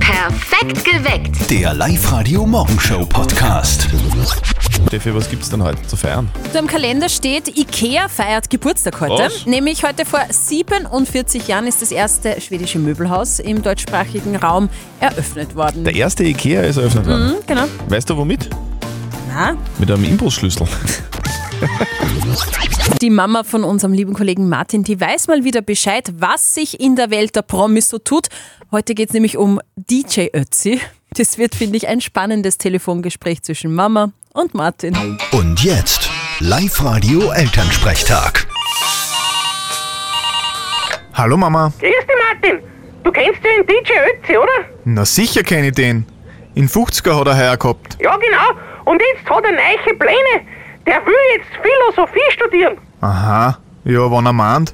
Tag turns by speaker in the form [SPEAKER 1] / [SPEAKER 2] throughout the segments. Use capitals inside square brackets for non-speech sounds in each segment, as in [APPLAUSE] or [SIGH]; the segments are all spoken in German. [SPEAKER 1] Perfekt geweckt.
[SPEAKER 2] Der Live-Radio-Morgenshow-Podcast.
[SPEAKER 3] Steffi, was gibt's denn heute zu feiern?
[SPEAKER 4] So im Kalender steht, Ikea feiert Geburtstag heute.
[SPEAKER 3] Was?
[SPEAKER 4] Nämlich heute vor 47 Jahren ist das erste schwedische Möbelhaus im deutschsprachigen Raum eröffnet worden.
[SPEAKER 3] Der erste Ikea ist eröffnet worden.
[SPEAKER 4] Hm, genau.
[SPEAKER 3] Weißt du womit?
[SPEAKER 4] Na?
[SPEAKER 3] Mit einem Imbusschlüssel.
[SPEAKER 4] Die Mama von unserem lieben Kollegen Martin, die weiß mal wieder Bescheid, was sich in der Welt der Promis so tut. Heute geht es nämlich um DJ Ötzi. Das wird, finde ich, ein spannendes Telefongespräch zwischen Mama und Martin.
[SPEAKER 2] Und jetzt Live-Radio Elternsprechtag.
[SPEAKER 5] Hallo Mama.
[SPEAKER 6] Grüß dich, Martin. Du kennst ja den DJ Ötzi, oder?
[SPEAKER 5] Na sicher kenne ich den. In 50er hat er heuer gehabt.
[SPEAKER 6] Ja, genau. Und jetzt hat er neue Pläne. Der will jetzt Philosophie studieren.
[SPEAKER 5] Aha. Ja, wann er meint.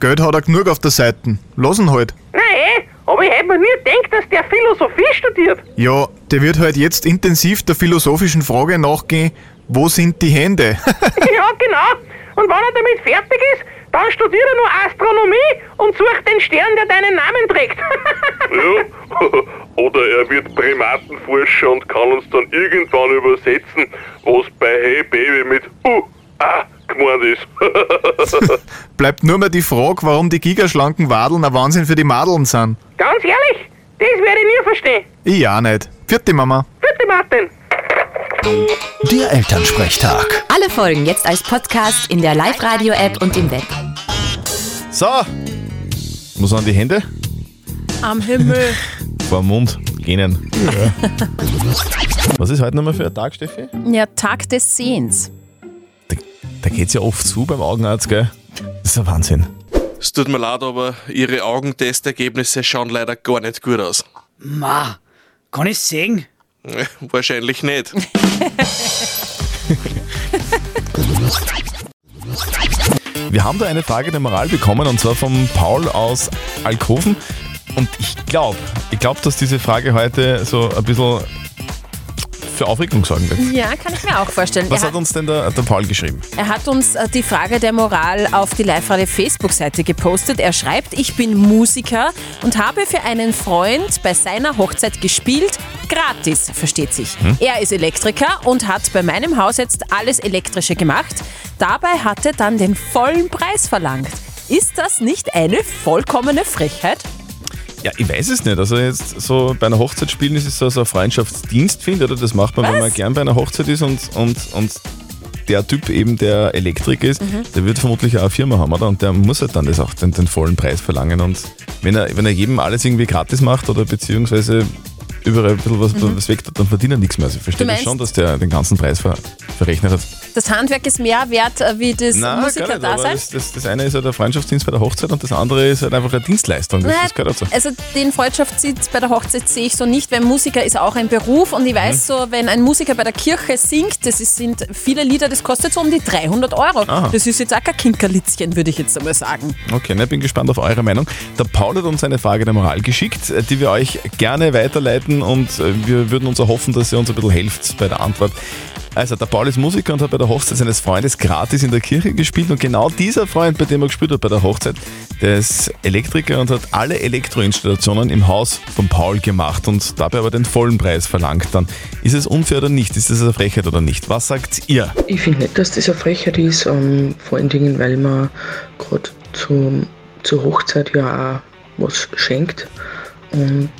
[SPEAKER 5] Geld hat er genug auf der Seite. Lass ihn halt.
[SPEAKER 6] Nein, eh. Aber ich hätte mir nie gedacht, dass der Philosophie studiert. [LAUGHS]
[SPEAKER 5] Ja, der wird halt jetzt intensiv der philosophischen Frage nachgehen, wo sind die Hände? [LAUGHS]
[SPEAKER 6] ja, genau. Und wenn er damit fertig ist, dann studiert er nur Astronomie und sucht den Stern, der deinen Namen trägt. [LAUGHS]
[SPEAKER 7] Ja. [LAUGHS] Oder er wird Primatenforscher und kann uns dann irgendwann übersetzen, was bei Hey Baby mit U, A gemeint ist. [LAUGHS]
[SPEAKER 5] Bleibt nur mehr die Frage, warum die gigaschlanken Wadeln ein Wahnsinn für die Madeln sind.
[SPEAKER 6] Ganz ehrlich, das werde ich nie verstehen.
[SPEAKER 5] Ich auch nicht. Vierte Mama.
[SPEAKER 6] Bitte, Martin.
[SPEAKER 2] Der Elternsprechtag.
[SPEAKER 8] Alle Folgen jetzt als Podcast in der Live-Radio-App und im Web.
[SPEAKER 3] So! Wo sind die Hände?
[SPEAKER 4] Am Himmel.
[SPEAKER 3] Vor dem Mund. Genen. was ist heute nochmal für ein Tag, Steffi?
[SPEAKER 4] Ja, Tag des Sehens.
[SPEAKER 3] Da, da geht's ja oft zu beim Augenarzt, gell? Das ist ein Wahnsinn.
[SPEAKER 9] Es tut mir leid, aber Ihre Augentestergebnisse schauen leider gar nicht gut aus.
[SPEAKER 10] Ma, kann ich sehen?
[SPEAKER 9] Äh, Wahrscheinlich nicht.
[SPEAKER 3] Wir haben da eine Frage der Moral bekommen und zwar von Paul aus Alkoven. Und ich glaube, ich glaube, dass diese Frage heute so ein bisschen für Aufregung sorgen wird.
[SPEAKER 4] Ja, kann ich mir auch vorstellen.
[SPEAKER 3] Was
[SPEAKER 4] Er
[SPEAKER 3] hat um- uns denn der, der Paul geschrieben?
[SPEAKER 4] Er hat uns äh, die Frage der Moral auf die Live-Radio-Facebook-Seite gepostet. Er schreibt, ich bin Musiker und habe für einen Freund bei seiner Hochzeit gespielt. Gratis, versteht sich.
[SPEAKER 3] Hm?
[SPEAKER 4] Er ist Elektriker und hat bei meinem Haus jetzt alles Elektrische gemacht. Dabei hat er dann den vollen Preis verlangt. Ist das nicht eine vollkommene Frechheit?
[SPEAKER 3] Ja, ich weiß es nicht. Also jetzt so bei einer Hochzeit spielen ist es so, so ein Freundschaftsdienst, finde ich, oder? Das macht man, wenn
[SPEAKER 4] Was?
[SPEAKER 3] man gern bei einer Hochzeit ist und, und, und der Typ eben, der Elektrik ist,
[SPEAKER 4] Mhm.
[SPEAKER 3] der wird vermutlich auch eine Firma haben, oder? Und der muss halt dann das auch den, den vollen Preis verlangen. Und wenn er, wenn er jedem alles irgendwie gratis macht oder beziehungsweise überall ein bisschen was, was weg tut, dann verdient er nichts mehr. Also ich verstehe
[SPEAKER 4] Mhm. Du
[SPEAKER 3] das
[SPEAKER 4] meinst-
[SPEAKER 3] schon, dass der den ganzen Preis ver, verrechnet hat.
[SPEAKER 4] Das Handwerk ist mehr wert äh, wie das
[SPEAKER 3] gar nicht, aber
[SPEAKER 4] Musiker-Dasein?
[SPEAKER 3] das, das, das eine ist halt der Freundschaftsdienst bei der Hochzeit und das andere ist halt einfach eine Dienstleistung. Das,
[SPEAKER 4] Nein,
[SPEAKER 3] das gehört dazu.
[SPEAKER 4] Also den Freundschaftssitz bei der Hochzeit sehe ich so nicht, weil Musiker ist auch ein Beruf und ich weiß
[SPEAKER 3] Mhm.
[SPEAKER 4] so, wenn ein Musiker bei der Kirche singt, das ist, sind viele Lieder, das kostet so um die 300 Euro.
[SPEAKER 3] Aha.
[SPEAKER 4] Das ist jetzt auch kein Kinkerlitzchen, würde ich jetzt einmal sagen.
[SPEAKER 3] Okay, na, ich bin gespannt auf eure Meinung. Der Paul hat uns eine Frage der Moral geschickt, äh, die wir euch gerne weiterleiten und äh, wir würden uns erhoffen, dass ihr uns ein bisschen helft bei der Antwort. Also, der Paul ist Musiker und hat bei der Hochzeit seines Freundes gratis in der Kirche gespielt und genau dieser Freund, bei dem er gespielt hat bei der Hochzeit, der ist Elektriker und hat alle Elektroinstallationen im Haus von Paul gemacht und dabei aber den vollen Preis verlangt. Dann ist es unfair oder nicht? Ist das eine Frechheit oder nicht? Was sagt ihr?
[SPEAKER 11] Ich finde nicht, dass das eine Frechheit ist, ähm, vor allen Dingen, weil man gerade zum- zur Hochzeit ja auch was schenkt. Und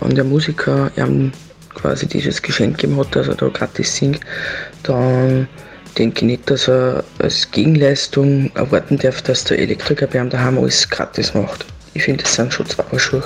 [SPEAKER 11] wenn der Musiker ihm quasi dieses Geschenk gegeben hat, dass er da gratis singt, dann denke ich nicht, dass er als Gegenleistung erwarten darf, dass der Elektriker bei ihm daheim alles gratis macht. Ich finde, das sind schon zwei Paar Schuhe.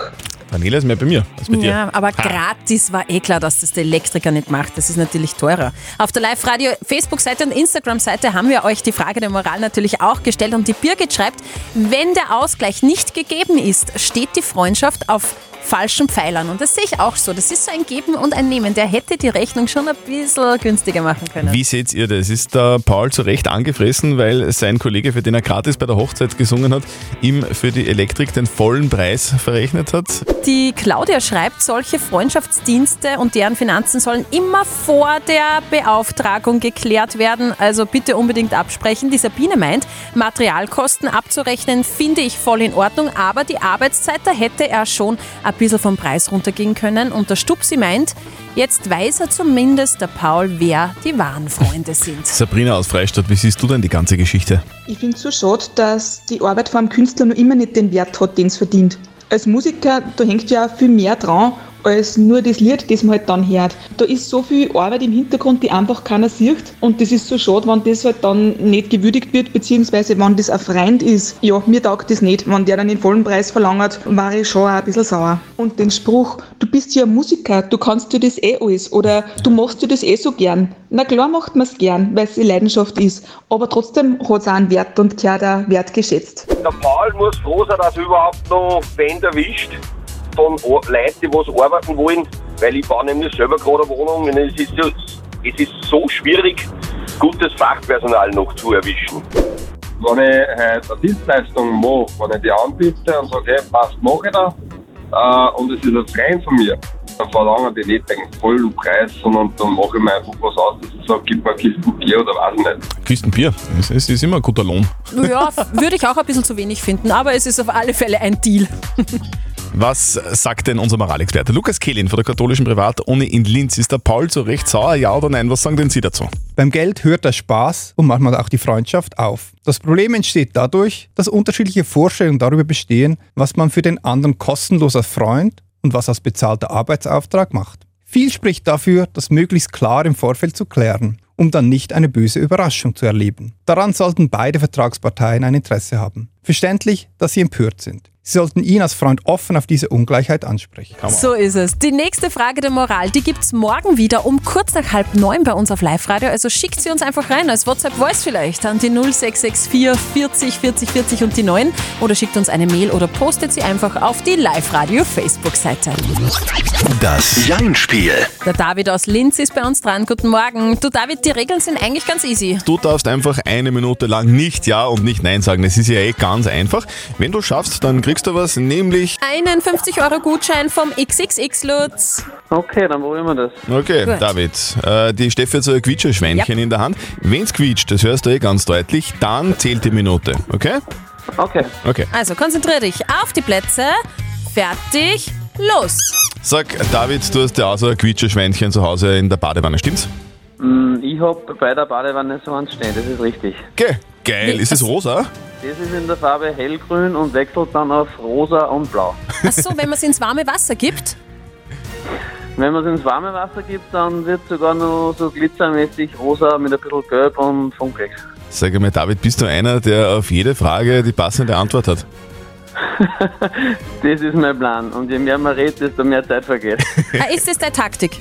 [SPEAKER 3] Daniela ist mehr bei mir als bei dir.
[SPEAKER 4] Ja, aber gratis war eh klar, dass das der Elektriker nicht macht. Das ist natürlich teurer. Auf der Live-Radio Facebook-Seite und Instagram-Seite haben wir euch die Frage der Moral natürlich auch gestellt und die Birgit schreibt, wenn der Ausgleich nicht gegeben ist, steht die Freundschaft auf falschen Pfeilern. Und das sehe ich auch so. Das ist so ein Geben und ein Nehmen. Der hätte die Rechnung schon ein bisschen günstiger machen können.
[SPEAKER 3] Wie seht ihr das? Ist der Paul zu Recht angefressen, weil sein Kollege, für den er gratis bei der Hochzeit gesungen hat, ihm für die Elektrik den vollen Preis verrechnet hat?
[SPEAKER 4] Die Claudia schreibt, solche Freundschaftsdienste und deren Finanzen sollen immer vor der Beauftragung geklärt werden. Also bitte unbedingt absprechen. Die Sabine meint, Materialkosten abzurechnen finde ich voll in Ordnung, aber die Arbeitszeit, da hätte er schon ein bisschen vom Preis runtergehen können. Und der Stupsi meint, jetzt weiß er zumindest der Paul, wer die wahren Freunde
[SPEAKER 3] [LAUGHS]
[SPEAKER 4] sind.
[SPEAKER 3] Sabrina aus Freistadt, wie siehst du denn die ganze Geschichte?
[SPEAKER 1] Ich finde es so schade, dass die Arbeit von einem Künstler noch immer nicht den Wert hat, den es verdient. Als Musiker, da hängt ja viel mehr dran als nur das Lied, das man halt dann hört. Da ist so viel Arbeit im Hintergrund, die einfach keiner sieht. Und das ist so schade, wenn das halt dann nicht gewürdigt wird, beziehungsweise wenn das ein Freund ist. Ja, mir taugt das nicht. Wenn der dann den vollen Preis verlangt, war ich schon auch ein bisschen sauer. Und den Spruch, du bist ja ein Musiker, du kannst dir das eh alles oder du machst dir das eh so gern. Na klar macht man es gern, weil es die Leidenschaft ist. Aber trotzdem hat es auch einen Wert und gehört auch wertgeschätzt.
[SPEAKER 12] Der Paul muss froh sein, dass er überhaupt noch Wände erwischt von Leuten, die was arbeiten wollen, weil ich baue nämlich selber gerade eine Wohnung und es ist, so, es ist so schwierig, gutes Fachpersonal noch zu erwischen.
[SPEAKER 13] Wenn ich halt eine Dienstleistung mache, wenn ich die anbiete und sage, hey, passt, mache ich da, äh, und es ist ein Freund von mir, dann verlangen die nicht den vollen Preis, sondern dann mache ich mir einfach was aus, dass ich sage, gib mir Kisten Bier oder weiß ich nicht.
[SPEAKER 3] Kistenbier, es ist, ist immer ein guter Lohn.
[SPEAKER 4] Ja, f- würde ich auch ein bisschen zu wenig finden, aber es ist auf alle Fälle ein Deal.
[SPEAKER 3] Was sagt denn unser Moralexperte? Lukas Kehlin von der katholischen Privatuni in Linz. Ist der Paul zu Recht sauer, ja oder nein? Was sagen denn Sie dazu?
[SPEAKER 14] Beim Geld hört der Spaß und manchmal auch die Freundschaft auf. Das Problem entsteht dadurch, dass unterschiedliche Vorstellungen darüber bestehen, was man für den anderen kostenlos als Freund und was als bezahlter Arbeitsauftrag macht. Viel spricht dafür, das möglichst klar im Vorfeld zu klären, um dann nicht eine böse Überraschung zu erleben. Daran sollten beide Vertragsparteien ein Interesse haben. Verständlich, dass sie empört sind. Sie sollten ihn als Freund offen auf diese Ungleichheit ansprechen.
[SPEAKER 4] So ist es. Die nächste Frage der Moral, die gibt's morgen wieder um kurz nach halb neun bei uns auf Live-Radio. Also schickt sie uns einfach rein als WhatsApp-Voice vielleicht an die 0664 40 40 40 und die 9 oder schickt uns eine Mail oder postet sie einfach auf die Live-Radio-Facebook-Seite.
[SPEAKER 2] Das Jein-Spiel.
[SPEAKER 4] Der David aus Linz ist bei uns dran. Guten Morgen. Du David, die Regeln sind eigentlich ganz easy.
[SPEAKER 3] Du darfst einfach eine Minute lang nicht Ja und nicht Nein sagen. Das ist ja eh ganz einfach. Wenn du schaffst, dann kriegst du was, nämlich.
[SPEAKER 4] Einen 50-Euro-Gutschein vom XXX Lutz.
[SPEAKER 15] Okay, dann probieren wir das.
[SPEAKER 3] Okay,
[SPEAKER 4] Gut.
[SPEAKER 3] David. Äh, die Steffi hat so ein Quietscherschweinchen in der Hand. Wenn's quietscht, das hörst du eh ganz deutlich, dann zählt die Minute. Okay?
[SPEAKER 15] Okay.
[SPEAKER 3] Okay.
[SPEAKER 4] Also konzentrier dich auf die Plätze. Fertig, los.
[SPEAKER 3] Sag, David, du hast ja auch so ein Quietscherschweinchen zu Hause in der Badewanne, stimmt's?
[SPEAKER 15] Mm, Ich habe bei der Badewanne so eins stehen, das ist richtig.
[SPEAKER 3] Okay. Geil. Ist es rosa?
[SPEAKER 15] Das ist in der Farbe hellgrün und wechselt dann auf rosa und blau.
[SPEAKER 4] Ach so, wenn man es ins warme Wasser gibt.
[SPEAKER 15] Wenn man es ins warme Wasser gibt, dann wird sogar noch so glitzermäßig rosa mit ein bisschen gelb und funkelig.
[SPEAKER 3] Sag einmal, David, bist du einer, der auf jede Frage die passende Antwort hat?
[SPEAKER 15] Das ist mein Plan und je mehr man redet, desto mehr Zeit vergeht.
[SPEAKER 4] Ah, Ist das deine Taktik?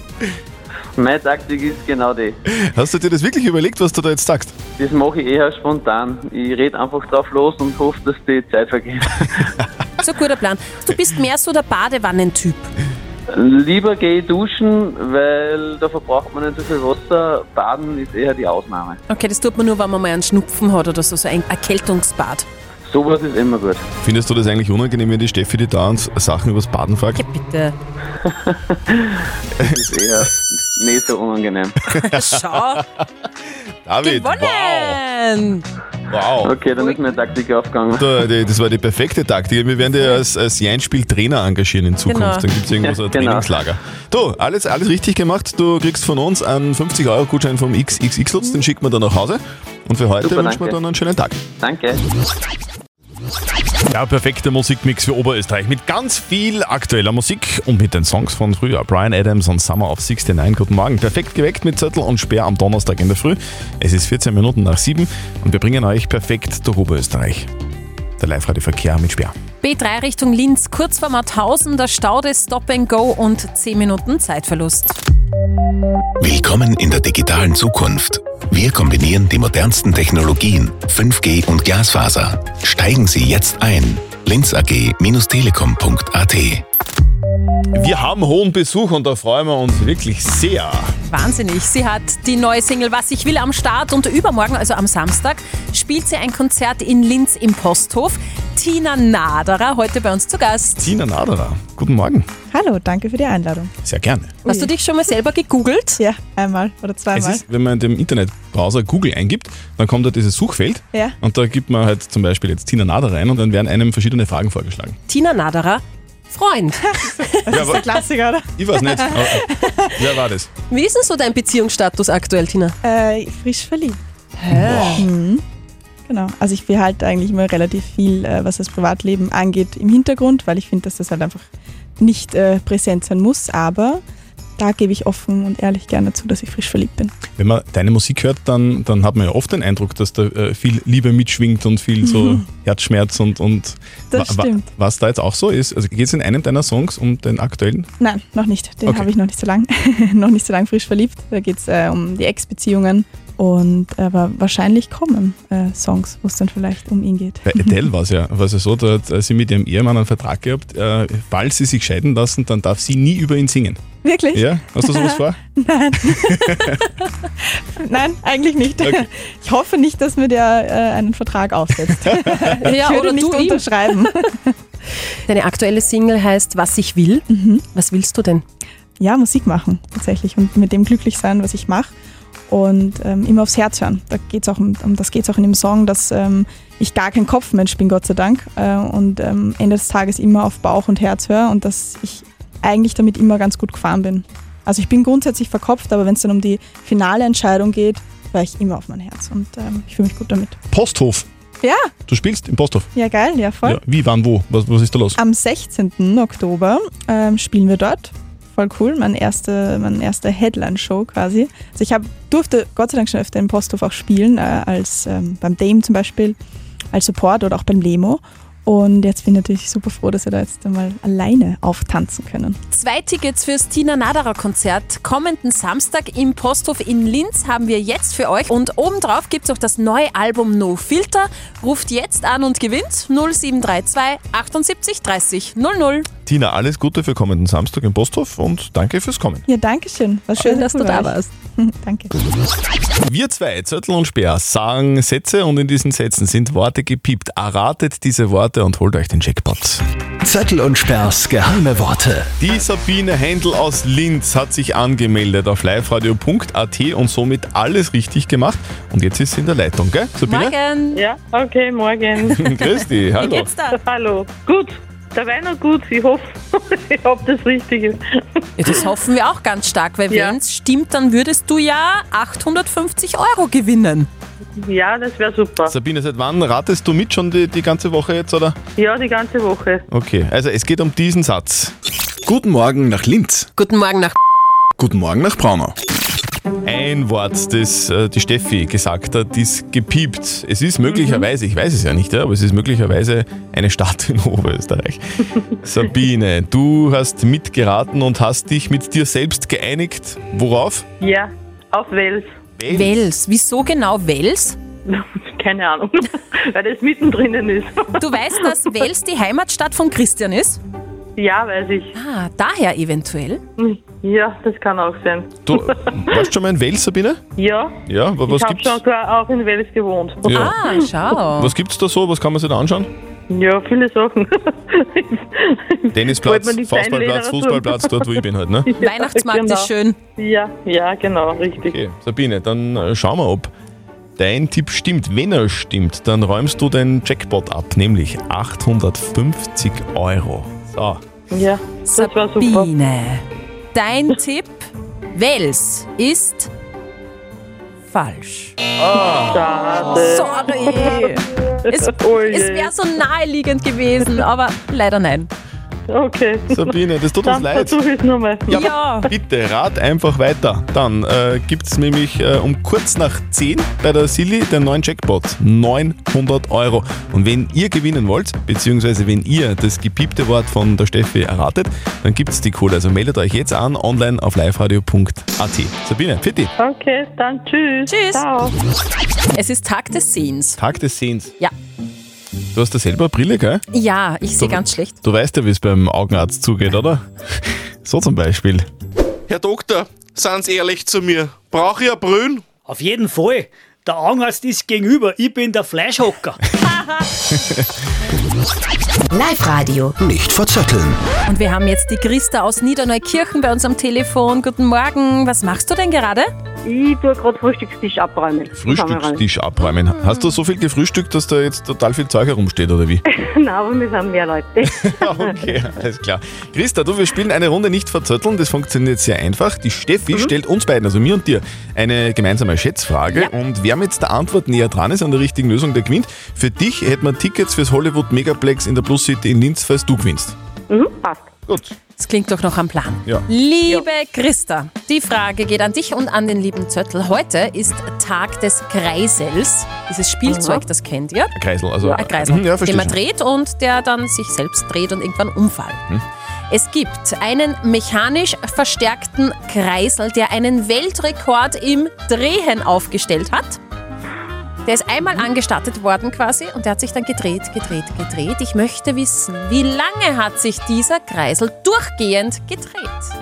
[SPEAKER 15] Meine Taktik ist genau die.
[SPEAKER 3] Hast du dir das wirklich überlegt, was du da jetzt sagst?
[SPEAKER 15] Das mache ich eher spontan. Ich rede einfach drauf los und hoffe, dass die Zeit vergeht.
[SPEAKER 4] So guter Plan. Du bist mehr so der Badewannentyp.
[SPEAKER 15] Lieber gehe ich duschen, weil da verbraucht man nicht so viel Wasser. Baden ist eher die Ausnahme.
[SPEAKER 4] Okay, das tut man nur, wenn man mal einen Schnupfen hat oder so, so ein Erkältungsbad.
[SPEAKER 15] Sowas ist immer gut.
[SPEAKER 3] Findest du das eigentlich unangenehm, wenn die Steffi die da uns Sachen übers Baden fragt?
[SPEAKER 4] Ja, [LAUGHS] bitte.
[SPEAKER 15] Das ist eher nicht so unangenehm.
[SPEAKER 4] Schau,
[SPEAKER 3] David, wow!
[SPEAKER 4] gewonnen!
[SPEAKER 3] Wow!
[SPEAKER 15] Okay, dann ist meine Taktik aufgegangen.
[SPEAKER 3] Da, die- Das war die perfekte Taktik. Wir werden dich als, als Jeinspiel Trainer engagieren in Zukunft.
[SPEAKER 4] Genau.
[SPEAKER 3] Dann gibt es irgendwo so ein
[SPEAKER 15] Ja, genau.
[SPEAKER 3] Trainingslager. Du, alles, alles richtig gemacht. Du kriegst von uns einen 50-Euro-Gutschein vom XXX-Lutz. Den schickt man dann nach Hause. Und für heute
[SPEAKER 15] Super,
[SPEAKER 3] wünschen wir
[SPEAKER 15] danke.
[SPEAKER 3] dann einen schönen Tag.
[SPEAKER 15] Danke.
[SPEAKER 3] Ja, perfekter Musikmix für Oberösterreich mit ganz viel aktueller Musik und mit den Songs von früher. Brian Adams und Summer of 69. Guten Morgen. Perfekt geweckt mit Zettel und Speer am Donnerstag in der Früh. Es ist 14 Minuten nach 7 und wir bringen euch perfekt durch Oberösterreich. Der Live-Radio-Verkehr mit Speer.
[SPEAKER 4] B3 Richtung Linz, kurz vor Mauthausen, der Stau des Stop and Go und 10 Minuten Zeitverlust.
[SPEAKER 2] Willkommen in der digitalen Zukunft. Wir kombinieren die modernsten Technologien 5G und Glasfaser. Steigen Sie jetzt ein. Linz AG-Telekom.at
[SPEAKER 3] Wir haben hohen Besuch und da freuen wir uns wirklich sehr.
[SPEAKER 4] Wahnsinnig. Sie hat die neue Single Was ich will am Start und übermorgen, also am Samstag, spielt sie ein Konzert in Linz im Posthof. Tina Naderer heute bei uns zu Gast.
[SPEAKER 3] Tina Naderer, guten Morgen.
[SPEAKER 16] Hallo, danke für die Einladung.
[SPEAKER 3] Sehr gerne.
[SPEAKER 4] Hast du dich schon mal selber gegoogelt?
[SPEAKER 16] Ja, einmal oder
[SPEAKER 3] Es
[SPEAKER 16] zweimal.
[SPEAKER 3] ist, wenn man in dem Internetbrowser Google eingibt, dann kommt da dieses Suchfeld
[SPEAKER 16] Ja.
[SPEAKER 3] und da gibt man halt zum Beispiel jetzt Tina Nader rein und dann werden einem verschiedene Fragen vorgeschlagen.
[SPEAKER 4] Tina Naderer Freund.
[SPEAKER 3] Das
[SPEAKER 16] ist der Klassiker, oder?
[SPEAKER 3] Ich weiß nicht. aber Wer war das?
[SPEAKER 4] [LAUGHS] Wie ist denn so dein Beziehungsstatus aktuell, Tina?
[SPEAKER 16] Äh, frisch verliebt.
[SPEAKER 4] Hä?
[SPEAKER 16] Mhm. Genau. Also ich behalte eigentlich immer relativ viel, äh, was das Privatleben angeht, im Hintergrund, weil ich finde, dass das halt einfach nicht äh, präsent sein muss. Aber da gebe ich offen und ehrlich gerne zu, dass ich frisch verliebt bin.
[SPEAKER 3] Wenn man deine Musik hört, dann, dann hat man ja oft den Eindruck, dass da äh, viel Liebe mitschwingt und viel so
[SPEAKER 16] Mhm.
[SPEAKER 3] Herzschmerz und, und
[SPEAKER 16] Das stimmt.
[SPEAKER 3] was da jetzt auch so ist. Also geht es in einem deiner Songs um den aktuellen?
[SPEAKER 16] Nein, noch nicht. Den
[SPEAKER 3] Okay.
[SPEAKER 16] habe ich noch nicht so lang, [LAUGHS] noch nicht so lang frisch verliebt. Da geht es äh, um die Ex-Beziehungen und aber wahrscheinlich kommen äh, Songs, wo es dann vielleicht um ihn geht.
[SPEAKER 3] Bei Äh, Adele war es ja, war's ja so, da hat äh, sie mit ihrem Ehemann einen Vertrag gehabt, äh, falls sie sich scheiden lassen, dann darf sie nie über ihn singen.
[SPEAKER 16] Wirklich?
[SPEAKER 3] Ja, hast du sowas
[SPEAKER 16] [LAUGHS]
[SPEAKER 3] vor?
[SPEAKER 16] Nein. Nein, eigentlich nicht.
[SPEAKER 3] Okay.
[SPEAKER 16] Ich hoffe nicht, dass mir der äh, einen Vertrag aufsetzt.
[SPEAKER 4] [LAUGHS] Ja,
[SPEAKER 16] ich würde
[SPEAKER 4] oder
[SPEAKER 16] nicht
[SPEAKER 4] du ihm.
[SPEAKER 16] unterschreiben.
[SPEAKER 4] Deine aktuelle Single heißt Was ich will. Was willst du denn?
[SPEAKER 16] [LAUGHS] Ja, Musik machen tatsächlich und mit dem glücklich sein, was ich mache und ähm, immer aufs Herz hören. Da geht's auch um, um das geht es auch in dem Song, dass ähm, ich gar kein Kopfmensch bin, Gott sei Dank äh, und ähm, Ende des Tages immer auf Bauch und Herz höre und dass ich eigentlich damit immer ganz gut gefahren bin. Also ich bin grundsätzlich verkopft, aber wenn es dann um die finale Entscheidung geht, war ich immer auf mein Herz und ähm, ich fühle mich gut damit.
[SPEAKER 3] Posthof.
[SPEAKER 16] Ja,
[SPEAKER 3] Du spielst im Posthof.
[SPEAKER 16] ja geil, ja voll.
[SPEAKER 3] Ja, wie, wann, wo? Was, was ist da los?
[SPEAKER 16] Am 16. Oktober ähm, spielen wir dort. Voll cool, meine erste, meine erste Headline-Show quasi. Also ich hab, durfte Gott sei Dank schon öfter im Posthof auch spielen, äh, als ähm, beim Dame zum Beispiel, als Support oder auch beim Lemo. Und jetzt bin ich natürlich super froh, dass wir da jetzt einmal alleine auftanzen können.
[SPEAKER 4] Zwei Tickets fürs Tina Naderer Konzert kommenden Samstag im Posthof in Linz haben wir jetzt für euch. Und obendrauf gibt es auch das neue Album No Filter. Ruft jetzt an und gewinnt 0732 78 30 00.
[SPEAKER 3] Tina, alles Gute für kommenden Samstag im Posthof und danke fürs Kommen.
[SPEAKER 16] Ja, danke schön. War schön,
[SPEAKER 4] Schön, dass
[SPEAKER 16] cool
[SPEAKER 4] du da
[SPEAKER 16] war ich.
[SPEAKER 4] warst.
[SPEAKER 16] danke.
[SPEAKER 3] Wir zwei, Zöttl und Speer, sagen Sätze und in diesen Sätzen sind Worte gepiept. Erratet diese Worte und holt euch den Jackpot.
[SPEAKER 17] Zettel und Sperrs geheime Worte.
[SPEAKER 3] Die Sabine Händel aus Linz hat sich angemeldet auf liveradio.at und somit alles richtig gemacht. Und jetzt ist sie in der Leitung, gell? Sabine?
[SPEAKER 18] Morgen. Ja, okay,
[SPEAKER 16] [LAUGHS]
[SPEAKER 18] morgen.
[SPEAKER 3] [LAUGHS] Christi, hallo.
[SPEAKER 18] da? Hallo. Gut. Der Wein noch gut, ich hoffe, [LAUGHS] ich hab das Richtige.
[SPEAKER 4] Ja, das hoffen wir auch ganz stark, weil
[SPEAKER 18] Ja.
[SPEAKER 4] wenn es stimmt, dann würdest du ja 850 Euro gewinnen.
[SPEAKER 18] Ja, das wäre super.
[SPEAKER 3] Sabine, seit wann ratest du mit schon die, die ganze Woche jetzt, oder?
[SPEAKER 18] Ja, die ganze Woche.
[SPEAKER 3] Okay, also es geht um diesen Satz.
[SPEAKER 17] Guten Morgen nach Linz.
[SPEAKER 4] Guten Morgen nach
[SPEAKER 17] Guten Morgen nach Braunau.
[SPEAKER 3] Ein Wort, das äh, die Steffi gesagt hat, ist gepiept. Es ist möglicherweise,
[SPEAKER 17] Mhm.
[SPEAKER 3] ich weiß es ja nicht, ja, aber es ist möglicherweise eine Stadt in [LAUGHS] Oberösterreich. Sabine, du hast mitgeraten und hast dich mit dir selbst geeinigt. Worauf?
[SPEAKER 18] Ja, auf Wels.
[SPEAKER 4] Wels. Wieso genau Wels?
[SPEAKER 18] [LAUGHS] Keine Ahnung, weil das mittendrin ist.
[SPEAKER 4] Du weißt, [LAUGHS] dass Wels die Heimatstadt von Christian ist?
[SPEAKER 18] Ja, weiß ich.
[SPEAKER 4] Ah, daher eventuell.
[SPEAKER 18] Ja, das kann auch sein.
[SPEAKER 3] Du warst schon mal in Wels, Sabine?
[SPEAKER 18] Ja,
[SPEAKER 3] Ja, wa- was
[SPEAKER 18] ich habe
[SPEAKER 3] gibt's?
[SPEAKER 18] schon sogar auch in Wels gewohnt.
[SPEAKER 3] Ja.
[SPEAKER 4] Ah,
[SPEAKER 3] [LAUGHS]
[SPEAKER 4] schau.
[SPEAKER 3] Was gibt's da so? Was kann man sich da anschauen?
[SPEAKER 18] [LAUGHS] Ja, viele Sachen. [LAUGHS] Wollte
[SPEAKER 3] Tennisplatz,
[SPEAKER 18] man nicht
[SPEAKER 3] Faustballplatz,
[SPEAKER 18] einlehnen,
[SPEAKER 3] Fußballplatz,
[SPEAKER 18] also.
[SPEAKER 3] dort wo ich bin halt, ne?
[SPEAKER 4] [LAUGHS] Weihnachtsmarkt ist schön.
[SPEAKER 18] Ja, ja, genau, richtig.
[SPEAKER 3] Okay, Sabine, dann äh, schauen wir, ob dein Tipp stimmt. Wenn er stimmt, dann räumst du den Jackpot ab, nämlich 850 Euro. So.
[SPEAKER 18] Ja,
[SPEAKER 4] das war super. [LAUGHS] Dein Tipp, Wels, ist falsch.
[SPEAKER 18] Schade.
[SPEAKER 4] [LAUGHS] Sorry. Es,
[SPEAKER 18] Oje.
[SPEAKER 4] es wäre so naheliegend gewesen, aber leider nein.
[SPEAKER 18] Okay.
[SPEAKER 3] Sabine, das tut uns
[SPEAKER 18] Dann
[SPEAKER 3] leid.
[SPEAKER 18] versuche ich es nochmal.
[SPEAKER 3] Ja. Bitte rat einfach weiter. Dann äh, gibt es nämlich äh, um kurz nach 10 bei der Silly den neuen Jackpot. 900 Euro. Und wenn ihr gewinnen wollt, beziehungsweise wenn ihr das gepiepte Wort von der Steffi erratet, dann gibt es die Kohle. Also meldet euch jetzt an, online auf liveradio.at. Sabine, Fitti.
[SPEAKER 18] Okay, dann tschüss.
[SPEAKER 4] Tschüss.
[SPEAKER 18] Ciao.
[SPEAKER 4] Es ist Tag des Sehens.
[SPEAKER 3] Tag des Sehens.
[SPEAKER 4] Ja.
[SPEAKER 3] Du hast da selber eine Brille, gell?
[SPEAKER 4] Ja, ich sehe
[SPEAKER 3] Du-
[SPEAKER 4] ganz schlecht.
[SPEAKER 3] Du weißt ja, wie es beim Augenarzt zugeht, oder? So zum Beispiel.
[SPEAKER 9] Herr Doktor, seien Sie ehrlich zu mir. Brauche ich ein Brünn?
[SPEAKER 10] Auf jeden Fall. Der Angarzt ist gegenüber. Ich bin der Fleischhocker.
[SPEAKER 8] Live-Radio.
[SPEAKER 17] Nicht verzetteln.
[SPEAKER 4] Und wir haben jetzt die Christa aus Niederneukirchen bei uns am Telefon. Guten Morgen. Was machst du denn gerade?
[SPEAKER 18] [LAUGHS] Ich tue gerade Frühstückstisch abräumen.
[SPEAKER 3] Frühstückstisch abräumen. Hast du so viel gefrühstückt, dass da jetzt total viel Zeug herumsteht, oder
[SPEAKER 4] [LAUGHS]
[SPEAKER 3] wie? [LAUGHS]
[SPEAKER 18] [LAUGHS] Nein, aber wir sind mehr Leute.
[SPEAKER 3] Okay, alles klar. Christa, du, wir spielen eine Runde nicht verzötteln. Das funktioniert sehr einfach. Die Steffi
[SPEAKER 4] Mhm.
[SPEAKER 3] stellt uns beiden, also mir und dir, eine gemeinsame Schätzfrage. Und wer mit der Antwort näher dran ist an der richtigen Lösung, der gewinnt. Für dich hätten wir Tickets fürs Hollywood Megaplex in der Plus City in Linz, falls du gewinnst.
[SPEAKER 18] Mhm, passt.
[SPEAKER 3] Gut.
[SPEAKER 4] Das klingt doch noch am Plan.
[SPEAKER 3] Ja.
[SPEAKER 4] Liebe Christa, die Frage geht an dich und an den lieben Zöttl. Heute ist Tag des Kreisels. Dieses Spielzeug, das kennt ihr.
[SPEAKER 3] Ein Kreisel, also.
[SPEAKER 4] Ein Kreisel,
[SPEAKER 3] Ja,
[SPEAKER 4] den
[SPEAKER 3] verstehe
[SPEAKER 4] man
[SPEAKER 3] schon.
[SPEAKER 4] dreht und der dann sich selbst dreht und irgendwann umfällt.
[SPEAKER 3] Hm?
[SPEAKER 4] Es gibt einen mechanisch verstärkten Kreisel, der einen Weltrekord im Drehen aufgestellt hat. Der ist einmal angestartet worden quasi und der hat sich dann gedreht, gedreht, gedreht. Ich möchte wissen, wie lange hat sich dieser Kreisel durchgehend gedreht?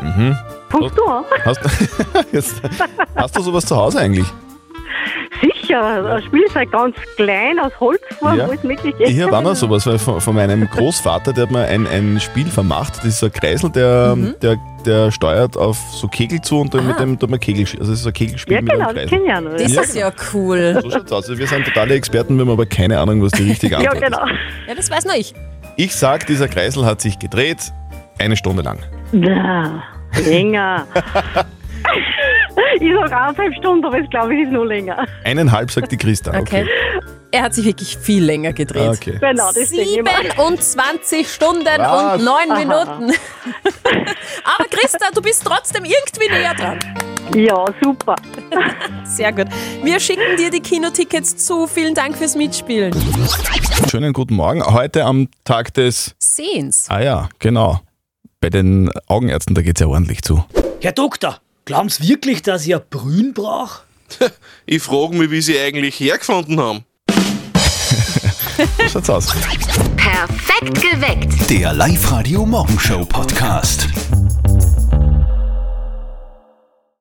[SPEAKER 3] Mhm.
[SPEAKER 18] Punkt du?
[SPEAKER 3] Hast, [LAUGHS] jetzt, hast du sowas zu Hause eigentlich?
[SPEAKER 18] Sicher, ein Spielzeug ganz klein, aus Holz war,
[SPEAKER 3] Ja.
[SPEAKER 18] alles mögliche.
[SPEAKER 3] Ich habe auch noch sowas, weil von, von meinem Großvater, der hat mir ein, ein Spiel vermacht, das ist so ein Kreisel, der, der, der steuert auf so Kegel zu und dann mit dem tut man Kegel, also es ist so ein Kegelspiel
[SPEAKER 18] Ja,
[SPEAKER 3] mit
[SPEAKER 18] genau,
[SPEAKER 3] einem
[SPEAKER 18] das
[SPEAKER 3] Kreisel.
[SPEAKER 18] kenn ich auch noch.
[SPEAKER 4] Das
[SPEAKER 3] Ja,
[SPEAKER 4] ist ja cool.
[SPEAKER 3] So schaut's aus. Also wir sind totale Experten, wir haben aber keine Ahnung, was die richtige
[SPEAKER 4] Ja,
[SPEAKER 3] Antwort
[SPEAKER 4] genau.
[SPEAKER 3] ist.
[SPEAKER 4] Ja, das weiß nur ich.
[SPEAKER 3] Ich sag, dieser Kreisel hat sich gedreht, eine Stunde lang.
[SPEAKER 18] Na,
[SPEAKER 4] [LAUGHS]
[SPEAKER 18] länger. ich sage eineinhalb Stunden, aber es glaube ich ist noch länger.
[SPEAKER 3] Eineinhalb, sagt die Christa. Okay. Ah,
[SPEAKER 4] Er hat sich wirklich viel länger gedreht.
[SPEAKER 3] Okay.
[SPEAKER 18] Genau, das denke ich mir.
[SPEAKER 4] 27 Stunden
[SPEAKER 18] Was?
[SPEAKER 4] und 9
[SPEAKER 18] Aha.
[SPEAKER 4] Minuten. [LAUGHS] Aber Christa, du bist trotzdem irgendwie näher dran.
[SPEAKER 18] Ja, super.
[SPEAKER 4] Sehr gut. Wir schicken dir die Kinotickets zu. Vielen Dank fürs Mitspielen.
[SPEAKER 3] Schönen guten Morgen. Heute am Tag des.
[SPEAKER 4] Sehens.
[SPEAKER 3] Ah ja, genau. Bei den Augenärzten, da geht's ja ordentlich zu.
[SPEAKER 10] Herr Doktor, glauben Sie wirklich, dass ich ein Brühen brauche?
[SPEAKER 9] Ich frage mich, wie sie eigentlich hergefunden haben.
[SPEAKER 3] So schaut's aus.
[SPEAKER 8] Perfekt geweckt.
[SPEAKER 17] Der Live-Radio Morgenshow Podcast.